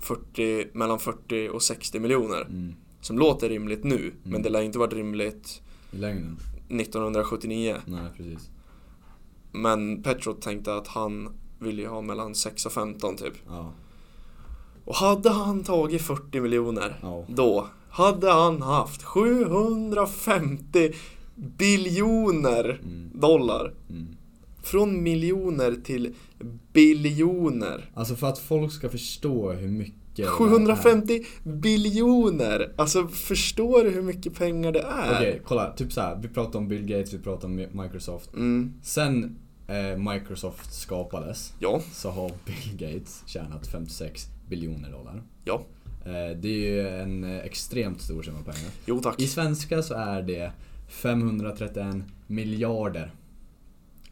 Speaker 1: 40, mellan 40 och 60 miljoner.
Speaker 2: Mm.
Speaker 1: Som låter rimligt nu, men det lär inte varit rimligt
Speaker 2: I längden?
Speaker 1: 1979.
Speaker 2: Nej, precis.
Speaker 1: Men Petrot tänkte att han ville ju ha mellan 6 och 15 typ.
Speaker 2: Ja.
Speaker 1: Och hade han tagit 40 miljoner
Speaker 2: Ja.
Speaker 1: då hade han haft 750 biljoner
Speaker 2: Mm.
Speaker 1: dollar.
Speaker 2: Mm.
Speaker 1: Från miljoner till biljoner.
Speaker 2: Alltså för att folk ska förstå hur mycket det här är.
Speaker 1: 750 biljoner! Alltså förstår du hur mycket pengar det är?
Speaker 2: Okej, kolla. Typ så här. vi pratar om Bill Gates, vi pratar om Microsoft.
Speaker 1: Mm,
Speaker 2: Sen eh, Microsoft skapades
Speaker 1: ja,
Speaker 2: så har Bill Gates tjänat 56 biljoner dollar.
Speaker 1: ja,
Speaker 2: Eh, det är ju en eh, extremt stor summa pengar.
Speaker 1: jo tack.
Speaker 2: I svenska så är det 531 miljarder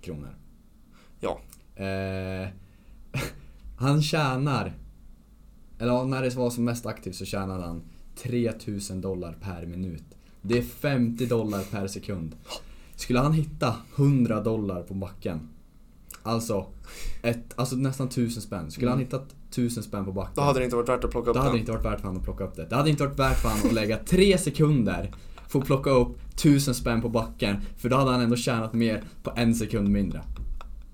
Speaker 2: kronor.
Speaker 1: Ja.
Speaker 2: Eh, han tjänar, eller ja, när det var som mest aktiv så tjänade han 3000 dollar per minut. Det är 50 dollar per sekund. Skulle han hitta 100 dollar på backen, alltså, ett, alltså nästan 1000 spänn. Skulle han hittat 1000 spänn på backen,
Speaker 1: Mm. Då hade det inte varit värt att plocka upp
Speaker 2: då hade det
Speaker 1: den.
Speaker 2: inte varit värt för honom att plocka upp det. Det hade inte varit värt för honom att lägga tre sekunder för att plocka upp tusen spänn på backen. För då hade han ändå tjänat mer på en sekund mindre.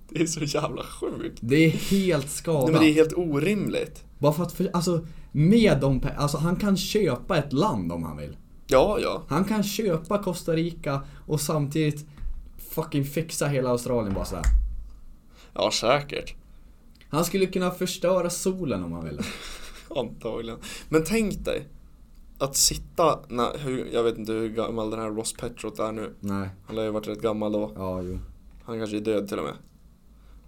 Speaker 1: Det är så jävla sjukt.
Speaker 2: Det är helt skadat.
Speaker 1: Nej men det är helt orimligt.
Speaker 2: Bara för att, för, alltså med de pe- alltså han kan köpa ett land om han vill.
Speaker 1: Ja, ja.
Speaker 2: Han kan köpa Costa Rica och samtidigt fucking fixa hela Australien bara sådär.
Speaker 1: Ja, säkert.
Speaker 2: Han skulle kunna förstöra solen om han ville.
Speaker 1: Antagligen. Men tänk dig att sitta, när, hur, jag vet inte hur gammal den här Ross Petrot är nu.
Speaker 2: Nej,
Speaker 1: Han lär ju varit rätt gammal då.
Speaker 2: ja jo.
Speaker 1: Han kanske är död till och med.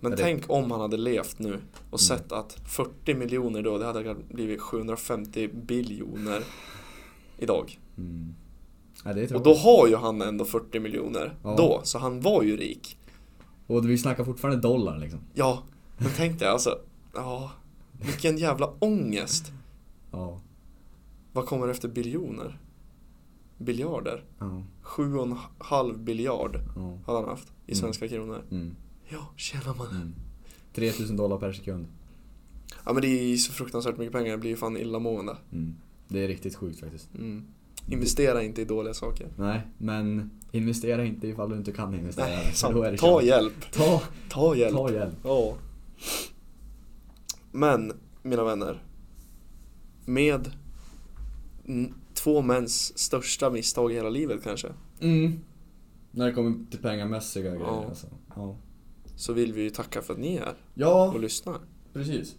Speaker 1: Men
Speaker 2: Ja, det- Mm.
Speaker 1: tänk om han hade levt nu och sett att 40 miljoner då, det hade blivit 750 biljoner idag.
Speaker 2: Mm. Ja, det är
Speaker 1: Och
Speaker 2: tråkigt.
Speaker 1: då har ju han ändå 40 miljoner
Speaker 2: Ja.
Speaker 1: då, så han var ju rik.
Speaker 2: och vi snackar fortfarande dollar liksom.
Speaker 1: Ja, men tänk dig alltså, ja, vilken jävla ångest.
Speaker 2: Ja.
Speaker 1: Vad kommer efter biljoner? Biljarder?
Speaker 2: ja.
Speaker 1: Sju och en halv biljard
Speaker 2: Ja.
Speaker 1: hade han haft i
Speaker 2: Mm.
Speaker 1: svenska kronor.
Speaker 2: Mm.
Speaker 1: Ja, tjänar man.
Speaker 2: 3000 dollar per sekund.
Speaker 1: Ja men det är ju så fruktansvärt mycket pengar, det blir ju fan illamående.
Speaker 2: Mm. Det är riktigt sjukt faktiskt.
Speaker 1: Mm. Investera inte i dåliga saker.
Speaker 2: Nej, men investera inte ifall du inte kan investera.
Speaker 1: Nej,
Speaker 2: för då är det
Speaker 1: sant. Ta
Speaker 2: kört.
Speaker 1: hjälp.
Speaker 2: ta,
Speaker 1: Ta hjälp.
Speaker 2: ta hjälp.
Speaker 1: Ja. Men, mina vänner. Med n- två mäns största misstag i hela livet kanske.
Speaker 2: Mm. När det kommer till pengamässiga grejer
Speaker 1: Ja.
Speaker 2: alltså. Ja.
Speaker 1: Så vill vi ju tacka för att ni är här
Speaker 2: ja,
Speaker 1: och lyssnar.
Speaker 2: precis.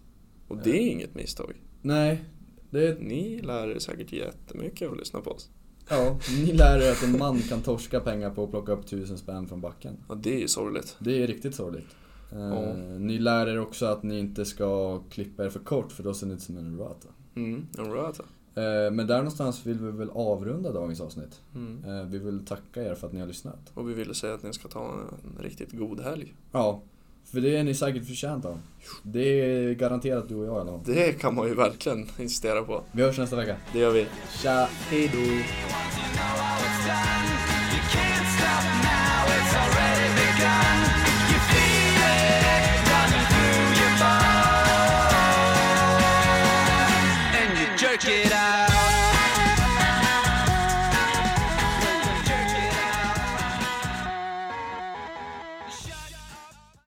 Speaker 1: Och det är inget misstag.
Speaker 2: Nej, det är,
Speaker 1: Ni lär er säkert jättemycket av att lyssna på oss.
Speaker 2: ja, ni lär er att en man kan torska pengar på att plocka upp tusen spänn från backen.
Speaker 1: Ja, det är ju sorgligt.
Speaker 2: Det är riktigt sorgligt. Eh,
Speaker 1: Ja.
Speaker 2: Ni lär er också att ni inte ska klippa er för kort för då ser ni ut som en rata.
Speaker 1: Mm, en röta.
Speaker 2: Eh, Men där någonstans vill vi väl avrunda dagens avsnitt.
Speaker 1: Mm.
Speaker 2: Eh, Vi vill tacka er för att ni har lyssnat.
Speaker 1: Och vi ville säga att ni ska ta en riktigt god helg.
Speaker 2: Ja, för det är ni säkert förtjänt av. Det är garanterat du och jag i alla fall.
Speaker 1: Det kan man ju verkligen insistera på.
Speaker 2: Vi hörs nästa vecka.
Speaker 1: Det gör vi.
Speaker 2: Tja!
Speaker 1: Hejdå!
Speaker 3: and you jerk it out.